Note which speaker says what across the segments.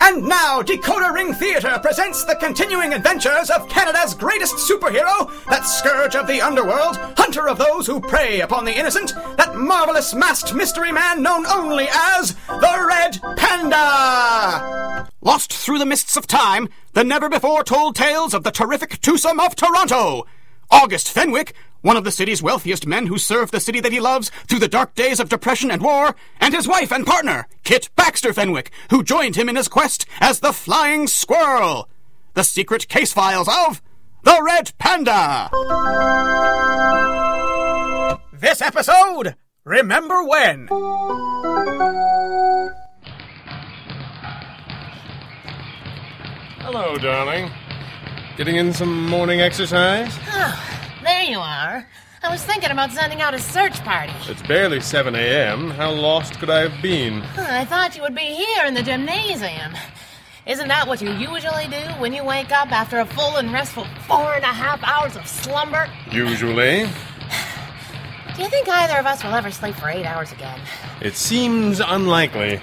Speaker 1: And now, Decoder Ring Theatre presents the continuing adventures of Canada's greatest superhero, that scourge of the underworld, hunter of those who prey upon the innocent, that marvelous masked mystery man known only as the Red Panda! Lost through the mists of time, the never before told tales of the terrific twosome of Toronto! August Fenwick, one of the city's wealthiest men who served the city that he loves through the dark days of depression and war, and his wife and partner, Kit Baxter Fenwick, who joined him in his quest as the Flying Squirrel. The secret case files of The Red Panda. This episode, Remember When?
Speaker 2: Hello, darling. Getting in some morning exercise?
Speaker 3: There you are. I was thinking about sending out a search party.
Speaker 2: It's barely 7 a.m. How lost could I have been?
Speaker 3: Huh, I thought you would be here in the gymnasium. Isn't that what you usually do when you wake up after a full and restful four and a half hours of slumber?
Speaker 2: Usually.
Speaker 3: Do you think either of us will ever sleep for eight hours again?
Speaker 2: It seems unlikely.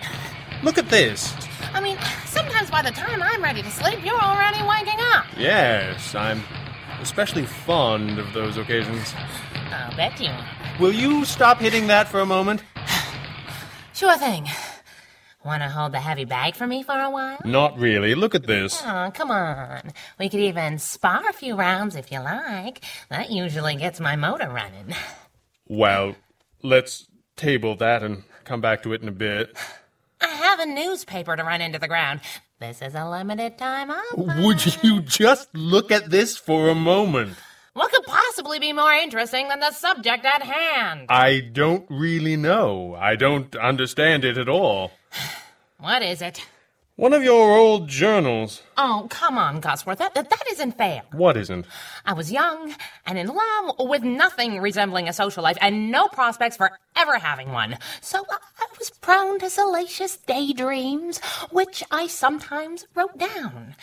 Speaker 2: Look at this.
Speaker 3: I mean, sometimes by the time I'm ready to sleep, you're already waking up.
Speaker 2: Yes, I'm especially fond of those occasions.
Speaker 3: I'll bet you are.
Speaker 2: Will you stop hitting that for a moment?
Speaker 3: Sure thing. Want to hold the heavy bag for me for a while?
Speaker 2: Not really. Look at this.
Speaker 3: Oh, come on. We could even spar a few rounds if you like. That usually gets my motor running.
Speaker 2: Well, let's table that and come back to it in a bit.
Speaker 3: I have a newspaper to run into the ground. This is a limited time offer.
Speaker 2: Would you just look at this for a moment?
Speaker 3: What could possibly be more interesting than the subject at hand?
Speaker 2: I don't really know. I don't understand it at all.
Speaker 3: What is it?
Speaker 2: One of your old journals.
Speaker 3: Oh, come on, Gosworth. That, that isn't fair.
Speaker 2: What isn't?
Speaker 3: I was young and in love with nothing resembling a social life and no prospects for ever having one. So I I was prone to salacious daydreams, which I sometimes wrote down.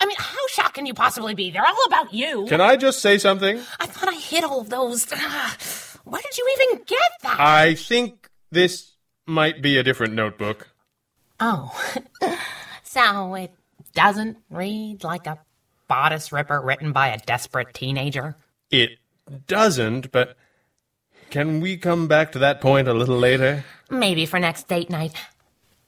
Speaker 3: I mean, how shocked can you possibly be? They're all about you.
Speaker 2: Can I just say something?
Speaker 3: I thought I hid all of those. Ah, where did you even get that?
Speaker 2: I think this might be a different notebook.
Speaker 3: Oh. so it doesn't read like a bodice ripper written by a desperate teenager?
Speaker 2: It doesn't, but can we come back to that point a little later?
Speaker 3: Maybe for next date night.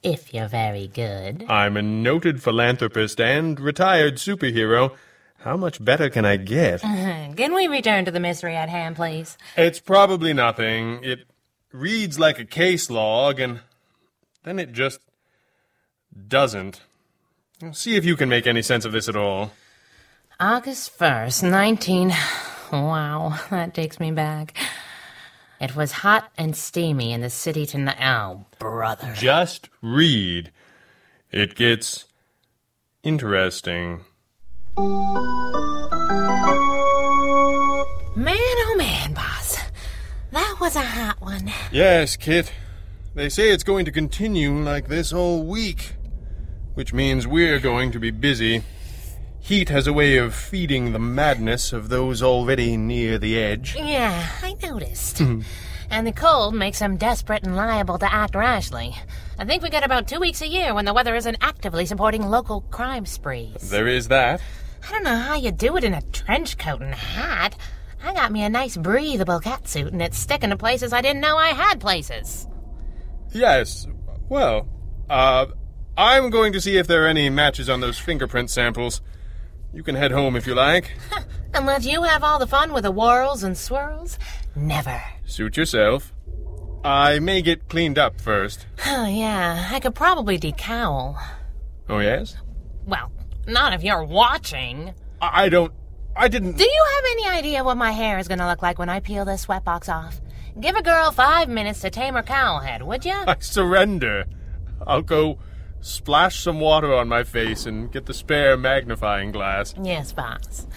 Speaker 3: If you're very good.
Speaker 2: I'm a noted philanthropist and retired superhero. How much better can I get?
Speaker 3: Can we return to the mystery at hand, please?
Speaker 2: It's probably nothing. It reads like a case log, and then it just doesn't. See if you can make any sense of this at all.
Speaker 3: August 1st, 19. Wow, that takes me back. It was hot and steamy in the city tonight. Oh, brother.
Speaker 2: Just read. It gets interesting.
Speaker 3: Man, oh man, boss. That was a hot one.
Speaker 2: Yes, Kit. They say it's going to continue like this all week, which means we're going to be busy. Heat has a way of feeding the madness of those already near the edge.
Speaker 3: Yeah, I noticed. and the cold makes them desperate and liable to act rashly. I think we get about two weeks a year when the weather isn't actively supporting local crime sprees.
Speaker 2: There is that.
Speaker 3: I don't know how you do it in a trench coat and a hat. I got me a nice breathable catsuit and it's sticking to places I didn't know I had places.
Speaker 2: Yes. Well, uh, I'm going to see if there are any matches on those fingerprint samples. You can head home if you like.
Speaker 3: Unless you have all the fun with the whirls and swirls. Never.
Speaker 2: Suit yourself. I may get cleaned up first.
Speaker 3: Oh, yeah, I could probably decowl.
Speaker 2: Oh, yes?
Speaker 3: Well, not if you're watching.
Speaker 2: I I don't. I didn't.
Speaker 3: Do you have any idea what my hair is gonna look like when I peel this sweatbox off? Give a girl five minutes to tame her cowhead, would you?
Speaker 2: I surrender. I'll go splash some water on my face and get the spare magnifying glass.
Speaker 3: yes, boss.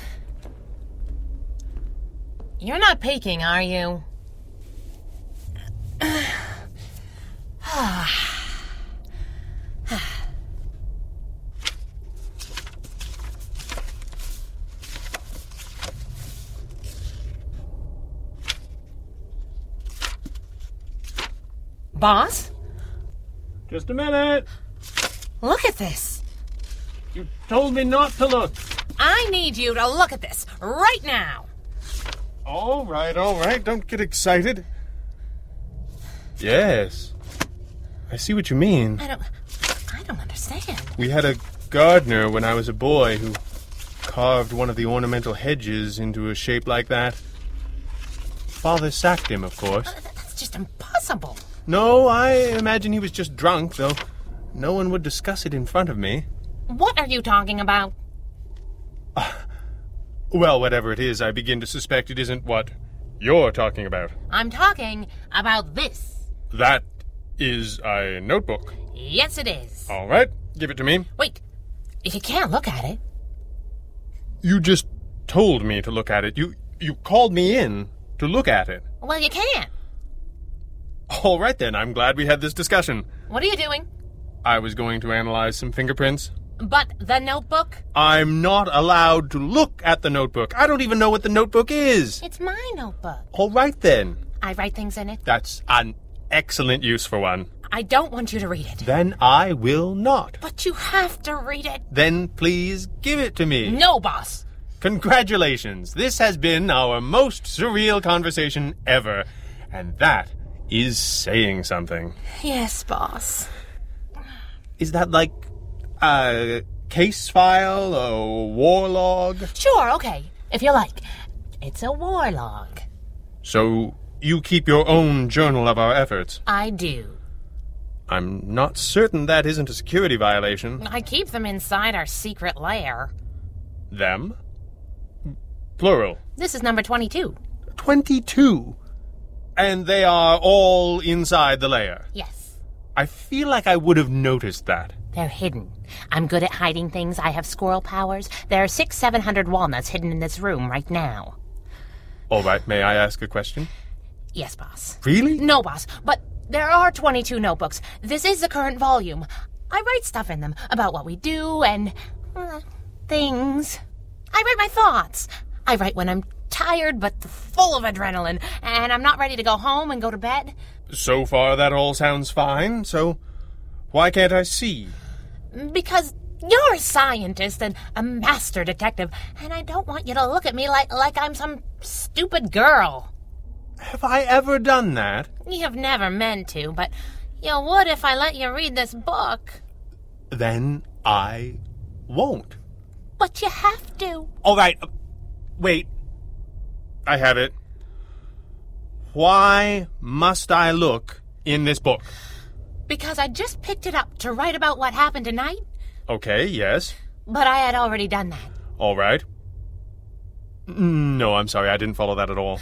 Speaker 3: You're not peeking, are you? Boss,
Speaker 4: Just a minute.
Speaker 3: look at this.
Speaker 4: You told me not to look.
Speaker 3: I need you to look at this right now.
Speaker 2: All right, all right. Don't get excited. Yes. I see what you mean.
Speaker 3: I don't. I don't understand.
Speaker 2: We had a gardener when I was a boy who carved one of the ornamental hedges into a shape like that. Father sacked him, of course.
Speaker 3: That's just impossible.
Speaker 2: No, I imagine he was just drunk, though no one would discuss it in front of me.
Speaker 3: What are you talking about?
Speaker 2: Well, whatever it is, I begin to suspect it isn't what you're talking about.
Speaker 3: I'm talking about this.
Speaker 2: That is a notebook.
Speaker 3: Yes, it is.
Speaker 2: All right, give it to me.
Speaker 3: Wait, if you can't look at it,
Speaker 2: You just told me to look at it. You you called me in to look at it.
Speaker 3: well, you can't.
Speaker 2: All right then, I'm glad we had this discussion.
Speaker 3: What are you doing?
Speaker 2: I was going to analyze some fingerprints.
Speaker 3: But the notebook?
Speaker 2: I'm not allowed to look at the notebook. I don't even know what the notebook is.
Speaker 3: It's my notebook.
Speaker 2: All right then.
Speaker 3: I write things in it.
Speaker 2: That's an excellent use for one.
Speaker 3: I don't want you to read it.
Speaker 2: Then I will not.
Speaker 3: But you have to read it.
Speaker 2: Then please give it to me.
Speaker 3: No, boss.
Speaker 2: Congratulations. This has been our most surreal conversation ever. And that is saying something.
Speaker 3: Yes, boss.
Speaker 2: Is that like a case file or war log?
Speaker 3: Sure, okay. If you like. It's a war log.
Speaker 2: So you keep your own journal of our efforts.
Speaker 3: I do.
Speaker 2: I'm not certain that isn't a security violation.
Speaker 3: I keep them inside our secret lair.
Speaker 2: Them? Plural.
Speaker 3: This is number 22.
Speaker 2: 22. And they are all inside the layer.
Speaker 3: Yes.
Speaker 2: I feel like I would have noticed that.
Speaker 3: They're hidden. I'm good at hiding things. I have squirrel powers. There are six, seven hundred walnuts hidden in this room right now.
Speaker 2: All right, may I ask a question?
Speaker 3: Yes, boss.
Speaker 2: Really?
Speaker 3: No, boss, but there are 22 notebooks. This is the current volume. I write stuff in them about what we do and uh, things. I write my thoughts. I write when I'm tired but full of adrenaline and I'm not ready to go home and go to bed
Speaker 2: So far, that all sounds fine, so why can't I see?
Speaker 3: because you're a scientist and a master detective and I don't want you to look at me like like I'm some stupid girl.
Speaker 2: Have I ever done that?
Speaker 3: You have never meant to, but you would if I let you read this book.
Speaker 2: Then I won't.
Speaker 3: But you have to.
Speaker 2: All right. uh, Wait. I have it. Why must I look in this book?
Speaker 3: Because I just picked it up to write about what happened tonight,
Speaker 2: Okay, yes.
Speaker 3: but I had already done that.
Speaker 2: All right. No, I'm sorry. I didn't follow that at all.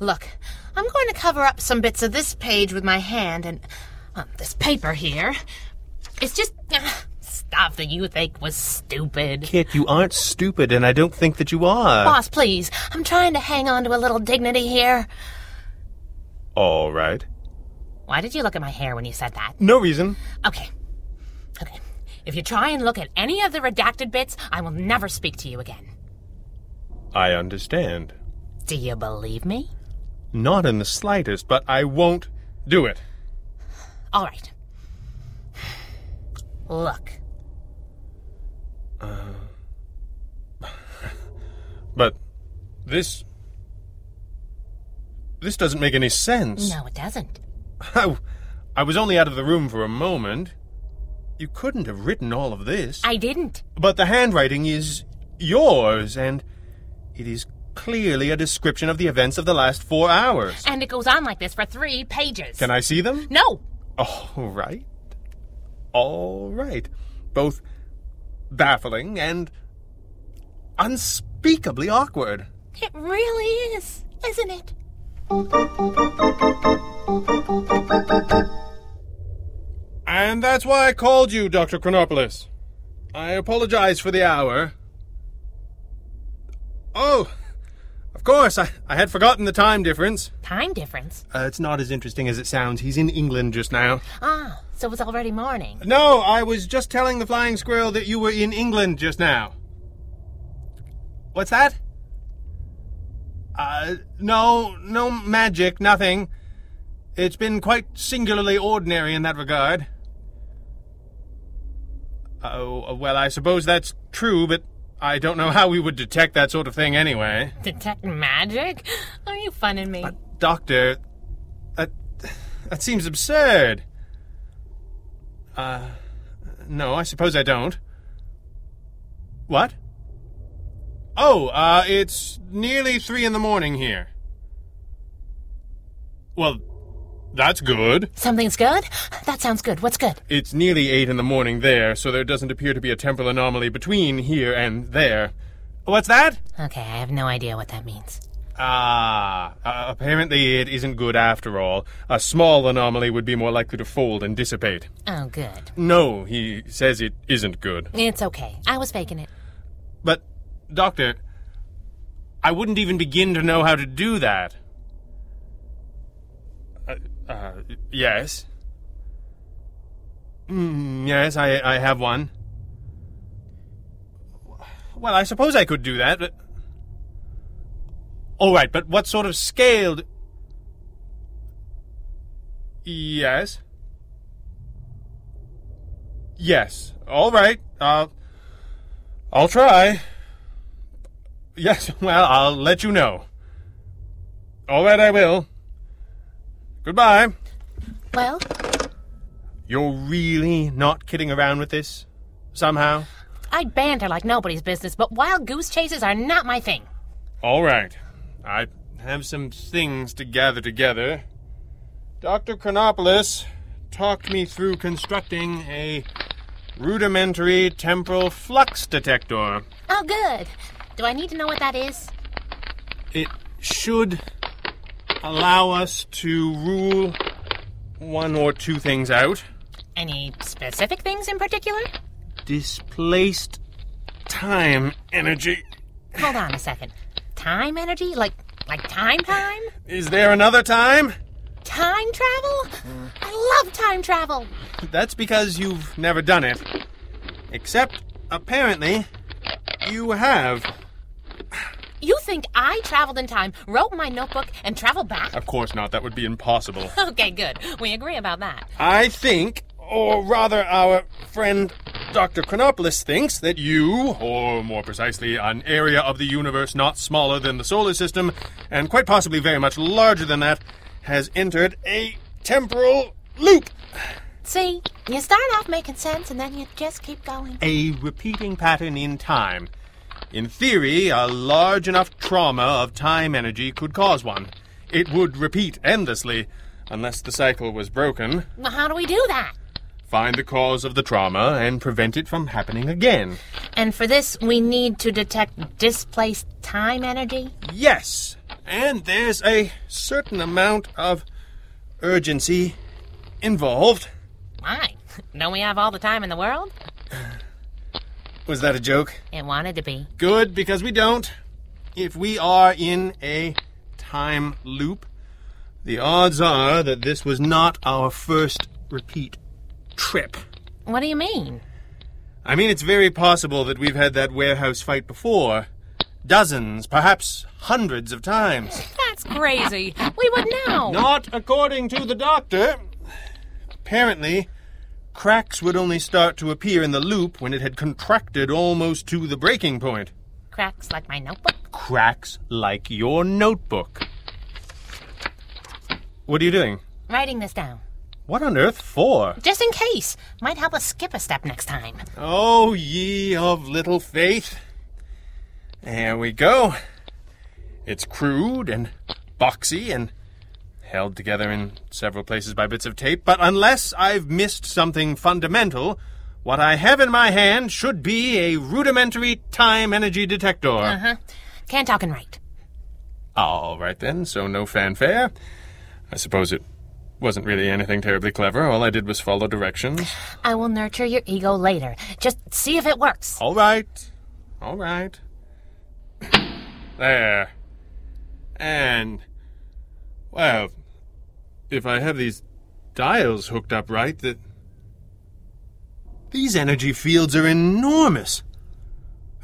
Speaker 3: Look, I'm going to cover up some bits of this page with my hand and um, this paper here. It's just uh, stuff that you think was stupid.
Speaker 2: Kit, you aren't stupid, and I don't think that you are.
Speaker 3: Boss, please, I'm trying to hang on to a little dignity here.
Speaker 2: All right.
Speaker 3: Why did you look at my hair when you said that?
Speaker 2: No reason.
Speaker 3: Okay. Okay. If you try and look at any of the redacted bits, I will never speak to you again.
Speaker 2: I understand.
Speaker 3: Do you believe me?
Speaker 2: Not in the slightest, but I won't do it.
Speaker 3: All right. Look.
Speaker 2: But this. This doesn't make any sense.
Speaker 3: No, it doesn't.
Speaker 2: I, Oh, I was only out of the room for a moment. You couldn't have written all of this.
Speaker 3: I didn't.
Speaker 2: But the handwriting is yours, and it is clearly a description of the events of the last four hours.
Speaker 3: And it goes on like this for three pages.
Speaker 2: Can I see them?
Speaker 3: No!
Speaker 2: All right. All right. Both baffling and unspeakably awkward.
Speaker 3: It really is, isn't it?
Speaker 2: And that's why I called you, Dr. Chronopolis. I apologize for the hour. Oh, Of course, I, I had forgotten the time difference.
Speaker 3: Time difference.
Speaker 2: Uh, it's not as interesting as it sounds. He's in England just now.
Speaker 3: Ah, so it's already morning.
Speaker 2: No, I was just telling the flying squirrel that you were in England just now. What's that? Uh, no, no magic, nothing. It's been quite singularly ordinary in that regard. Oh, well, I suppose that's true, but I don't know how we would detect that sort of thing anyway.
Speaker 3: Detect magic? Are you funning me?
Speaker 2: Doctor, that, that seems absurd. Uh, no, I suppose I don't. What? Oh, uh, it's nearly three in the morning here. Well, that's good.
Speaker 3: Something's good? That sounds good. What's good?
Speaker 2: It's nearly eight in the morning there, so there doesn't appear to be a temporal anomaly between here and there. What's that?
Speaker 3: Okay, I have no idea what that means.
Speaker 2: Ah, uh, apparently it isn't good after all. A small anomaly would be more likely to fold and dissipate.
Speaker 3: Oh, good.
Speaker 2: No, he says it isn't good.
Speaker 3: It's okay. I was faking it.
Speaker 2: But, Doctor, I wouldn't even begin to know how to do that. Uh, uh, yes. Mm, yes, I, I have one. Well, I suppose I could do that, but. All right, but what sort of scale. d- Yes. Yes. All right. Uh, I'll try. Yes, well, I'll let you know. All right, I will. Goodbye.
Speaker 3: Well,
Speaker 2: You're really not kidding around with this? Somehow?
Speaker 3: I banter like nobody's business, but wild goose chases are not my thing.
Speaker 2: All right. I have some things to gather together. Dr. Chronopoulos talked me through constructing a rudimentary temporal flux detector.
Speaker 3: Oh, good. Do I need to know what that is?
Speaker 2: it should allow us to rule one or two things out
Speaker 3: Any specific things in particular?
Speaker 2: displaced time energy
Speaker 3: Hold on a second. Time energy? Like, like time time?
Speaker 2: is there another time
Speaker 3: Time travel? I love time travel.
Speaker 2: that's because you've never done it except apparently you have
Speaker 3: You think I traveled in time, wrote my notebook, and traveled back?
Speaker 2: of course not that would be impossible
Speaker 3: Okay, good. We agree about that.
Speaker 2: i think or rather our friend Dr. Chronopoulos thinks that you, or more precisely, an area of the universe not smaller than the solar system, and quite possibly very much larger than that, has entered a temporal loop.
Speaker 3: See, you start off making sense and then you just keep going.
Speaker 2: A repeating pattern in time. In theory, a large enough trauma of time energy could cause one. It would repeat endlessly, unless the cycle was broken.
Speaker 3: Well, how do we do that?
Speaker 2: Find the cause of the trauma and prevent it from happening again.
Speaker 3: And for this, we need to detect displaced time energy.
Speaker 2: Yes, and there's a certain amount of urgency involved.
Speaker 3: Why? Don't we have all the time in the world?
Speaker 2: Was that a joke?
Speaker 3: It wanted to be.
Speaker 2: Good, because we don't. If we are in a time loop, the odds are that this was not our first repeat trip.
Speaker 3: What do you mean?
Speaker 2: I mean, it's very possible that we've had that warehouse fight before. Dozens, perhaps hundreds of times.
Speaker 3: That's crazy. We would know.
Speaker 2: Not according to the doctor. Apparently, cracks would only start to appear in the loop when it had contracted almost to the breaking point.
Speaker 3: Cracks like my notebook.
Speaker 2: Cracks like your notebook. What are you doing?
Speaker 3: Writing this down.
Speaker 2: What on earth for?
Speaker 3: Just in case. Might help us skip a step next time.
Speaker 2: Oh, ye of little faith. There we go. It's crude and boxy and held together in several places by bits of tape, but unless I've missed something fundamental, what I have in my hand should be a rudimentary time energy detector.
Speaker 3: Can't talk and write.
Speaker 2: All right then, so no fanfare. I suppose it wasn't really anything terribly clever. All I did was follow directions.
Speaker 3: I will nurture your ego later. Just see if it works.
Speaker 2: All right. All right. There. And, well, if I have these dials hooked up right, that. These energy fields are enormous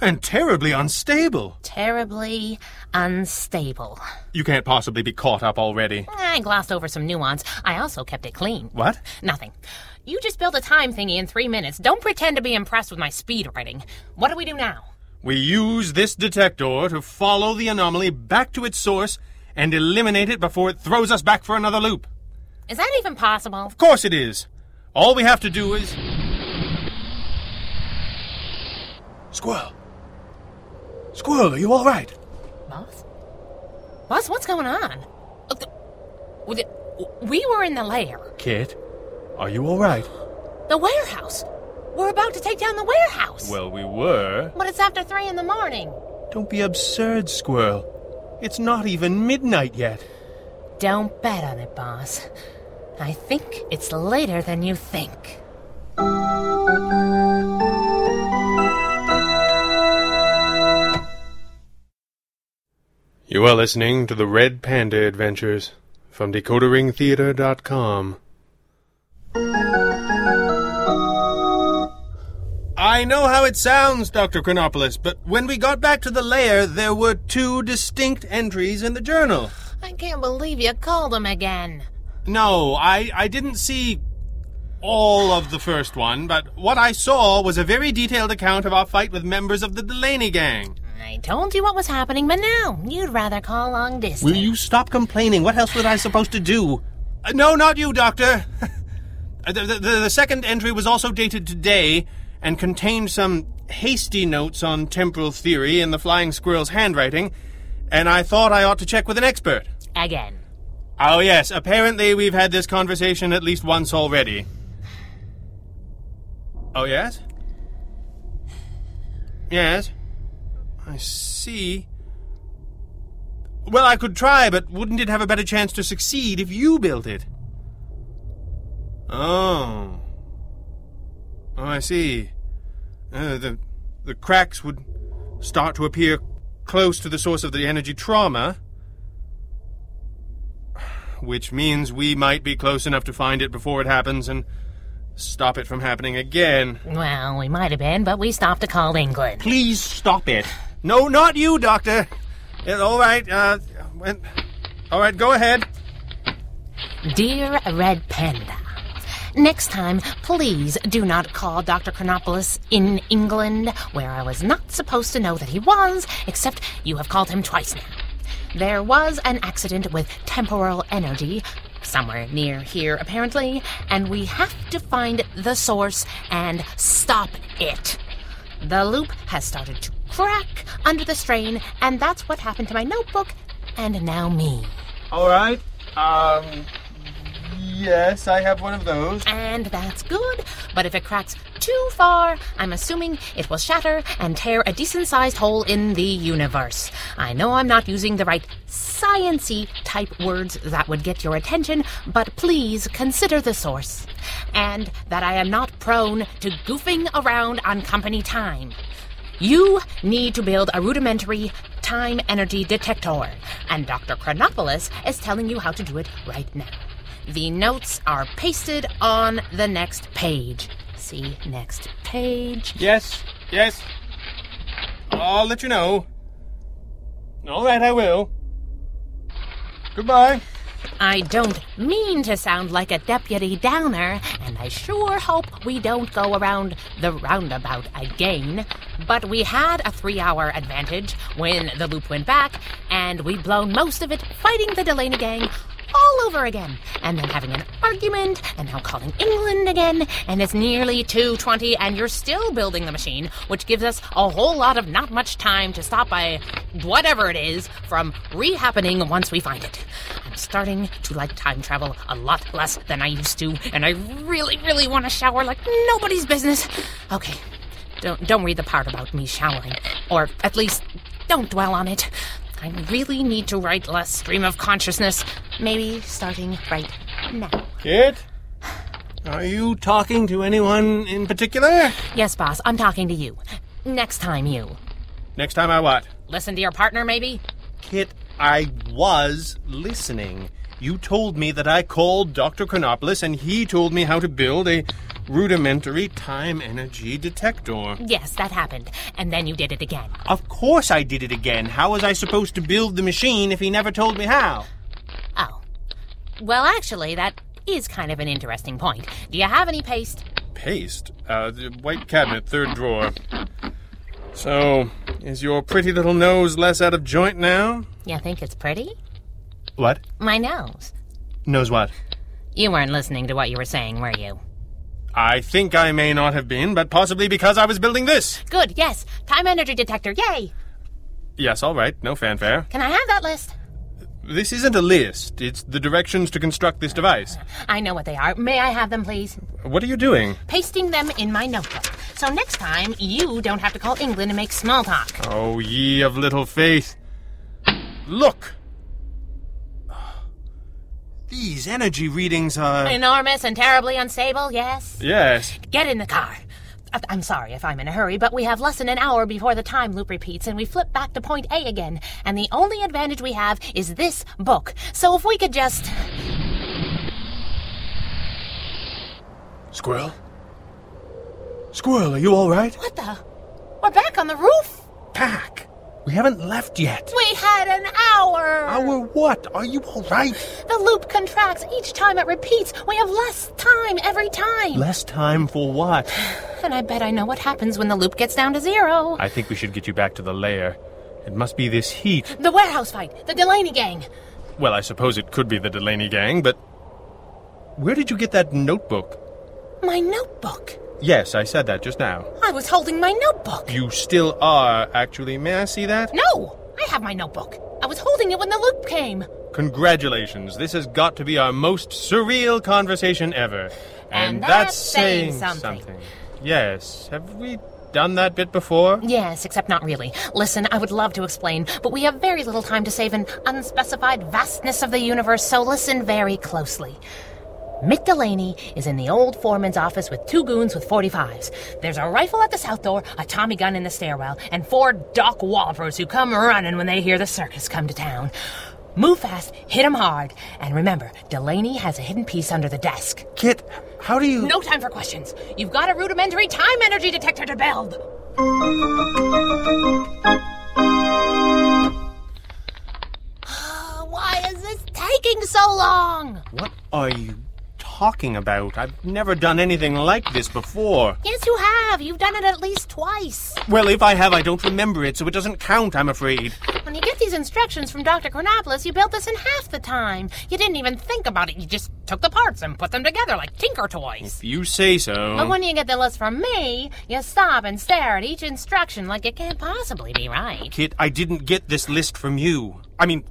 Speaker 2: and terribly unstable.
Speaker 3: Terribly unstable.
Speaker 2: You can't possibly be caught up already.
Speaker 3: I glossed over some nuance. I also kept it clean.
Speaker 2: What?
Speaker 3: Nothing. You just built a time thingy in three minutes. Don't pretend to be impressed with my speed writing. What do we do now?
Speaker 2: We use this detector to follow the anomaly back to its source and eliminate it before it throws us back for another loop.
Speaker 3: Is that even possible?
Speaker 2: Of course it is. All we have to do is. Squirrel. Squirrel, are you all right?
Speaker 3: Boss? Boss, what's going on? Uh, th- w- th- We were in the lair,
Speaker 2: Kit, are you all right?
Speaker 3: the warehouse. We're about to take down the warehouse.
Speaker 2: Well, we were.
Speaker 3: But it's after three in the morning.
Speaker 2: Don't be absurd, Squirrel. It's not even midnight yet.
Speaker 3: Don't bet on it, boss. I think it's later than you think.
Speaker 2: You are listening to the Red Panda Adventures from DecoderingTheater.com. I know how it sounds, Dr. Chronopoulos, but when we got back to the lair, there were two distinct entries in the journal.
Speaker 3: I can't believe you called him again.
Speaker 2: No, I, I didn't see all of the first one, but what I saw was a very detailed account of our fight with members of the Delaney gang.
Speaker 3: I told you what was happening, but now you'd rather call long distance.
Speaker 2: Will you stop complaining? What else was I supposed to do? Uh, no, not you, Doctor. Uh, the, the, the second entry was also dated today and contained some hasty notes on temporal theory in the flying squirrel's handwriting, and I thought I ought to check with an expert.
Speaker 3: Again.
Speaker 2: Oh, yes, apparently we've had this conversation at least once already. Oh, yes? Yes. I see. Well, I could try, but wouldn't it have a better chance to succeed if you built it? Oh. Oh, I see. Uh, the, the cracks would start to appear close to the source of the energy trauma which means we might be close enough to find it before it happens and stop it from happening again.
Speaker 3: Well, we might have been, but we stopped to call England.
Speaker 2: Please stop it. No, not you, Doctor. Yeah, all right, uh, when- all right, go ahead.
Speaker 3: Dear Red Panda, next time, please do not call Dr. Chronopoulos in England, where I was not supposed to know that he was, except you have called him twice now. There was an accident with temporal energy, somewhere near here apparently, and we have to find the source and stop it. The loop has started to crack under the strain, and that's what happened to my notebook and now me.
Speaker 2: All right. Um, yes, I have one of those.
Speaker 3: and that's good. But if it cracks too far, I'm assuming it will shatter and tear a decent sized hole in the universe. I know I'm not using the right sciency type words that would get your attention, but please consider the source. And that I am not prone to goofing around on company time. You need to build a rudimentary time energy detector, and Dr. Chronopoulos is telling you how to do it right now. The notes are pasted on the next page. See next page.
Speaker 2: Yes, yes. I'll let you know. All right, I will. Goodbye.
Speaker 3: I don't mean to sound like a deputy downer, and I sure hope we don't go around the roundabout again. But we had a three hour advantage when the loop went back, and we'd blown most of it fighting the Delaney gang all over again, and then having an argument, and now calling England again, and it's nearly 2.20 and you're still building the machine, which gives us a whole lot of not much time to stop by whatever it is from rehappening once we find it. I'm starting to like time travel a lot less than I used to, and I really, really want to shower like nobody's business. Okay, don't don't read the part about me showering, or at least don't dwell on it. I really need to write less stream of consciousness. Maybe starting right now.
Speaker 2: Kit? Are you talking to anyone in particular?
Speaker 3: Yes, boss, I'm talking to you. Next time, you
Speaker 2: Next time I what?
Speaker 3: listen to your partner, maybe.
Speaker 2: Kit, I was listening. You told me that I called Dr. Chronopoulos and he told me how to build a rudimentary time energy detector.
Speaker 3: Yes, that happened. And then you did it again.
Speaker 2: Of course I did it again. How was I supposed to build the machine if he never told me how?
Speaker 3: Oh. Well, actually, that is kind of an interesting point. Do you have any paste?
Speaker 2: Paste? Uh, the white cabinet, third drawer. So, is your pretty little nose less out of joint now?
Speaker 3: You think it's pretty?
Speaker 2: What?
Speaker 3: My nose.
Speaker 2: Knows what?
Speaker 3: You weren't listening to what you were saying, were you?
Speaker 2: I think I may not have been, but possibly because I was building this.
Speaker 3: Good, yes. Time energy detector, yay!
Speaker 2: Yes, all right, no fanfare.
Speaker 3: Can I have that list?
Speaker 2: This isn't a list, it's the directions to construct this device.
Speaker 3: I know what they are. May I have them, please?
Speaker 2: What are you doing?
Speaker 3: Pasting them in my notebook. So next time, you don't have to call England and make small talk.
Speaker 2: Oh, ye of little faith. Look! These energy readings are.
Speaker 3: Enormous and terribly unstable, yes?
Speaker 2: Yes.
Speaker 3: Get in the car. I- I'm sorry if I'm in a hurry, but we have less than an hour before the time loop repeats and we flip back to point A again. And the only advantage we have is this book. So if we could just.
Speaker 2: Squirrel? Squirrel, are you alright?
Speaker 3: What the? We're back on the roof!
Speaker 2: Pack! We haven't left yet.
Speaker 3: We had an hour!
Speaker 2: Our what? Are you alright?
Speaker 3: The loop contracts each time it repeats. We have less time every time.
Speaker 2: Less time for what?
Speaker 3: and I bet I know what happens when the loop gets down to zero.
Speaker 2: I think we should get you back to the lair. It must be this heat.
Speaker 3: The warehouse fight, the Delaney gang.
Speaker 2: Well, I suppose it could be the Delaney gang, but. Where did you get that notebook?
Speaker 3: My notebook.
Speaker 2: Yes, I said that just now.
Speaker 3: I was holding my notebook.
Speaker 2: You still are, actually. May I see that?
Speaker 3: No! I have my notebook. I was holding it when the loop came.
Speaker 2: Congratulations. This has got to be our most surreal conversation ever.
Speaker 3: And that's saying something.
Speaker 2: Yes. Have we done that bit before?
Speaker 3: Yes, except not really. Listen, I would love to explain, but we have very little time to save an unspecified vastness of the universe, so listen very closely. Mick Delaney is in the old foreman's office with two goons with 45s. There's a rifle at the south door, a Tommy gun in the stairwell, and four dock wallopers who come running when they hear the circus come to town. Move fast, hit 'em hard, and remember, Delaney has a hidden piece under the desk.
Speaker 2: Kit, how do you.
Speaker 3: No time for questions. You've got a rudimentary time energy detector to build. Why is this taking so long?
Speaker 2: What are you talking about? I've never done anything like this before.
Speaker 3: Yes, you have. You've done it at least twice.
Speaker 2: Well, if I have, I don't remember it, so it doesn't count, I'm afraid.
Speaker 3: When you get these instructions from Dr. Chronopoulos, you built this in half the time. You didn't even think about it. You just took the parts and put them together like Tinker Toys.
Speaker 2: If you say so.
Speaker 3: But when you get the list from me, you stop and stare at each instruction like it can't possibly be right.
Speaker 2: Kit, I didn't get this list from you. I mean,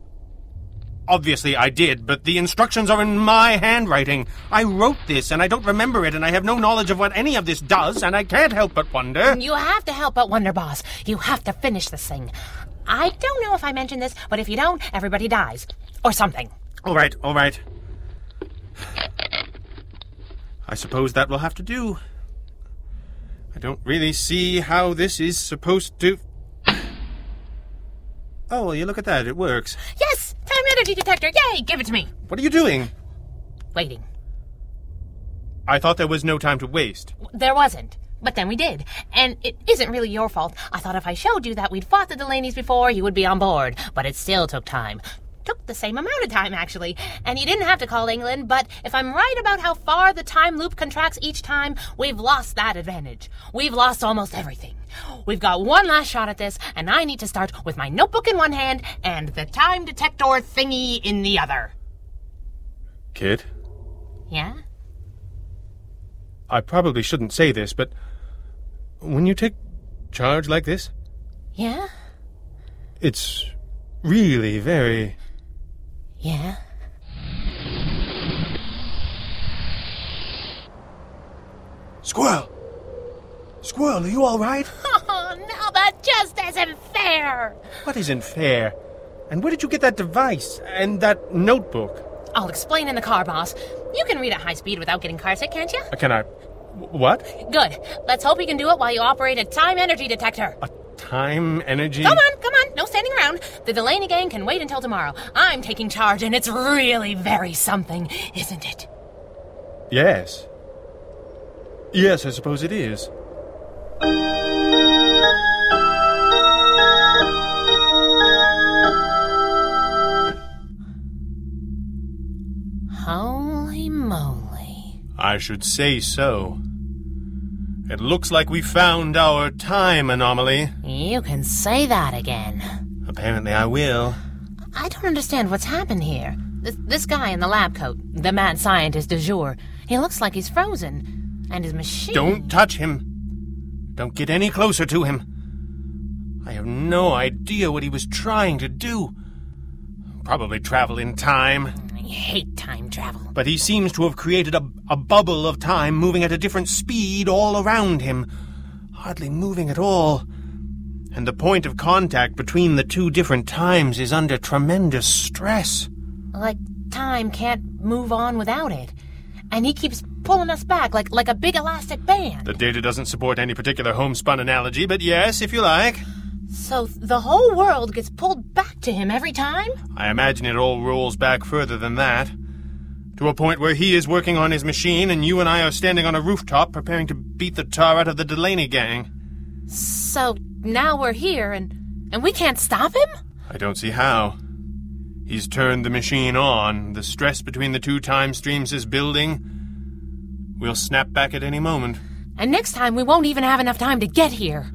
Speaker 2: obviously I did, but the instructions are in my handwriting. I wrote this, and I don't remember it, and I have no knowledge of what any of this does, and I can't help but wonder.
Speaker 3: You have to help but Wonder Boss. You have to finish this thing. I don't know if I mentioned this, but if you don't, everybody dies. Or something.
Speaker 2: All right, all right. I suppose that will have to do. I don't really see how this is supposed to. Oh, well, you look at that. It works.
Speaker 3: Yes! Time energy detector! Yay! Give it to me!
Speaker 2: What are you doing?
Speaker 3: Waiting.
Speaker 2: I thought there was no time to waste.
Speaker 3: There wasn't. But then we did. And it isn't really your fault. I thought if I showed you that we'd fought the Delaney's before, you would be on board. But it still took time. Took the same amount of time, actually. And you didn't have to call England, but if I'm right about how far the time loop contracts each time, we've lost that advantage. We've lost almost everything. We've got one last shot at this, and I need to start with my notebook in one hand and the time detector thingy in the other.
Speaker 2: Kid?
Speaker 3: Yeah?
Speaker 2: I probably shouldn't say this, but when you take charge like this,
Speaker 3: Yeah?
Speaker 2: it's really very.
Speaker 3: Yeah?
Speaker 2: Squirrel! Squirrel, are you alright?
Speaker 3: Oh, no, that just isn't fair!
Speaker 2: What isn't fair? And where did you get that device and that notebook?
Speaker 3: I'll explain in the car, boss. You can read at high speed without getting carsick, can't you?
Speaker 2: Uh, Can I. wh- What?
Speaker 3: Good. Let's hope you can do it while you operate a time energy detector.
Speaker 2: A time energy?
Speaker 3: Come on, come on. No standing around. The Delaney gang can wait until tomorrow. I'm taking charge, and it's really very something, isn't it?
Speaker 2: Yes. Yes, I suppose it is.
Speaker 3: Holy moly.
Speaker 2: I should say so. It looks like we found our time anomaly.
Speaker 3: You can say that again.
Speaker 2: Apparently, I will.
Speaker 3: I don't understand what's happened here. This, this guy in the lab coat, the mad scientist du jour, he looks like he's frozen. And his machine.
Speaker 2: Don't touch him. Don't get any closer to him. I have no idea what he was trying to do. Probably travel in time.
Speaker 3: I hate time travel.
Speaker 2: But he seems to have created a, a bubble of time moving at a different speed all around him, hardly moving at all. And the point of contact between the two different times is under tremendous stress.
Speaker 3: Like, time can't move on without it. And he keeps pulling us back like, like a big elastic band.
Speaker 2: The data doesn't support any particular homespun analogy, but yes, if you like.
Speaker 3: So the whole world gets pulled back to him every time?
Speaker 2: I imagine it all rolls back further than that. To a point where he is working on his machine and you and I are standing on a rooftop preparing to beat the tar out of the Delaney gang.
Speaker 3: So now we're here and, and we can't stop him?
Speaker 2: I don't see how. He's turned the machine on. The stress between the two time streams is building. We'll snap back at any moment.
Speaker 3: And next time we won't even have enough time to get here.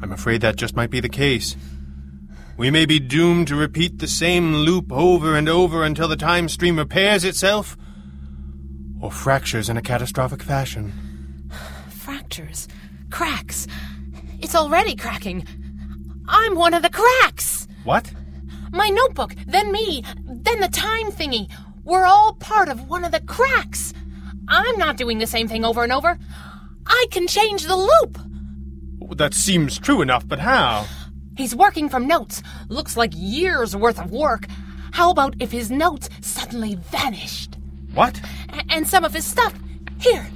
Speaker 2: I'm afraid that just might be the case. We may be doomed to repeat the same loop over and over until the time stream repairs itself or fractures in a catastrophic fashion.
Speaker 3: Fractures, cracks. It's already cracking. I'm one of the cracks.
Speaker 2: What?
Speaker 3: My notebook, then me, then the time thingy. We're all part of one of the cracks. I'm not doing the same thing over and over. I can change the loop.
Speaker 2: That seems true enough, but how?
Speaker 3: He's working from notes. Looks like years worth of work. How about if his notes suddenly vanished?
Speaker 2: What?
Speaker 3: A- and some of his stuff. Here,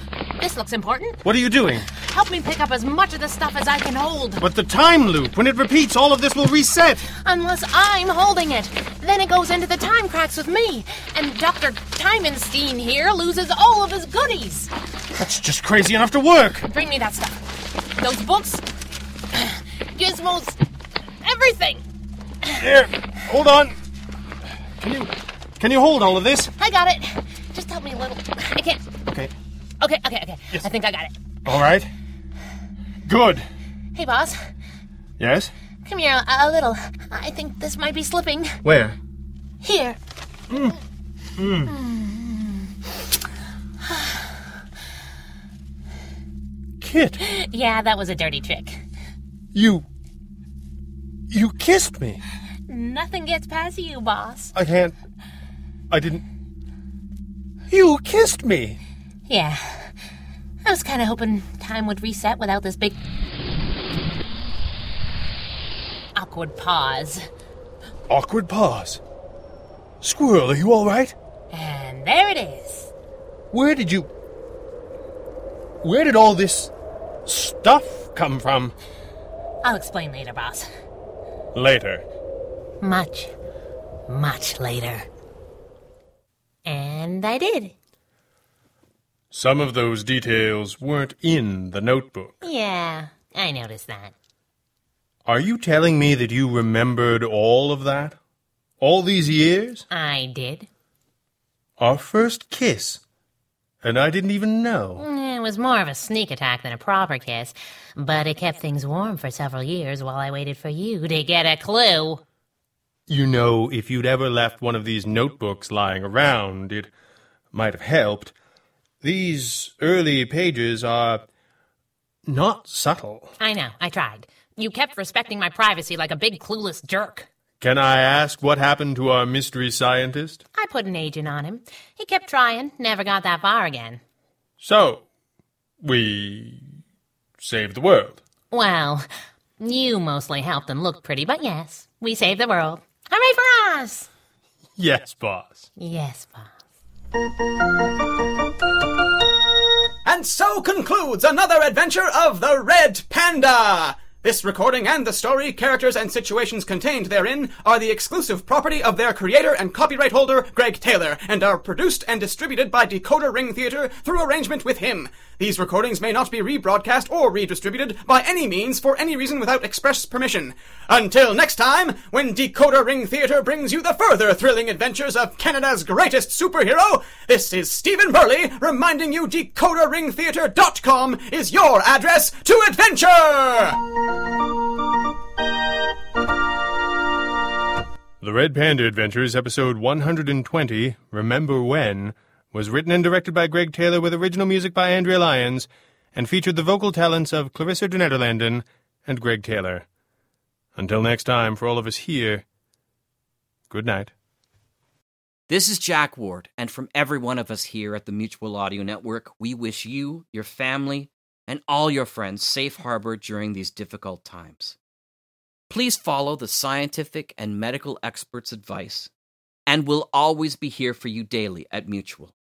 Speaker 3: this looks important.
Speaker 2: What are you doing?
Speaker 3: Help me pick up as much of the stuff as I can hold.
Speaker 2: But the time loop, when it repeats, all of this will reset.
Speaker 3: Unless I'm holding it. Then it goes into the time cracks with me. And Dr. Timenstein here loses all of his goodies.
Speaker 2: That's just crazy enough to work.
Speaker 3: Bring me that stuff. Those books, gizmos, everything.
Speaker 2: Here, hold on. Can you can you hold all of this?
Speaker 3: I got it. Just help me a little. I can't.
Speaker 2: Okay.
Speaker 3: Okay, okay, okay. I think I got it.
Speaker 2: All right. Good.
Speaker 3: Hey, boss.
Speaker 2: Yes.
Speaker 3: Come here a, a little. I think this might be slipping.
Speaker 2: Where?
Speaker 3: Here.
Speaker 2: Kit,
Speaker 3: Yeah, that was a dirty trick.
Speaker 2: you you kissed me.
Speaker 3: Nothing gets past you, boss.
Speaker 2: I can't. I didn't. You kissed me.
Speaker 3: Yeah. I was kind of hoping time would reset without this big. awkward pause.
Speaker 2: Awkward pause. Squirrel, are you all right?
Speaker 3: And there it is.
Speaker 2: Where did you. Where did all this stuff come from?
Speaker 3: I'll explain later, boss.
Speaker 2: Later.
Speaker 3: Much, much later. And I did.
Speaker 2: Some of those details weren't in the notebook.
Speaker 3: Yeah, I noticed that.
Speaker 2: Are you telling me that you remembered all of that? All these years?
Speaker 3: I did.
Speaker 2: Our first kiss. And I didn't even know.
Speaker 3: It was more of a sneak attack than a proper kiss, but it kept things warm for several years while I waited for you to get a clue.
Speaker 2: You know, if you'd ever left one of these notebooks lying around, it might have helped. These early pages are not subtle.
Speaker 3: I know, I tried. You kept respecting my privacy like a big clueless jerk.
Speaker 2: Can I ask what happened to our mystery scientist?
Speaker 3: I put an agent on him. He kept trying, never got that far again.
Speaker 2: So, we saved the world.
Speaker 3: Well, you mostly helped and looked pretty, but yes, we saved the world. Hooray for us!
Speaker 2: Yes, boss.
Speaker 3: Yes, boss.
Speaker 1: And so concludes another adventure of the Red Panda. This recording and the story, characters, and situations contained therein are the exclusive property of their creator and copyright holder, Greg Taylor, and are produced and distributed by Decoder Ring Theater through arrangement with him. These recordings may not be rebroadcast or redistributed by any means for any reason without express permission. Until next time, when Decoder Ring Theater brings you the further thrilling adventures of Canada's greatest superhero, this is Stephen Burley reminding you DecoderRingTheater.com is your address to adventure!
Speaker 2: The Red Panda Adventures, episode 120, Remember When, was written and directed by Greg Taylor with original music by Andrea Lyons and featured the vocal talents of Clarissa de Nederlanden and Greg Taylor. Until next time, for all of us here, good night.
Speaker 5: This is Jack Ward, and from every one of us here at the Mutual Audio Network, we wish you, your family, and all your friends safe harbor during these difficult times. Please follow the scientific and medical experts' advice, and we'll always be here for you daily at Mutual.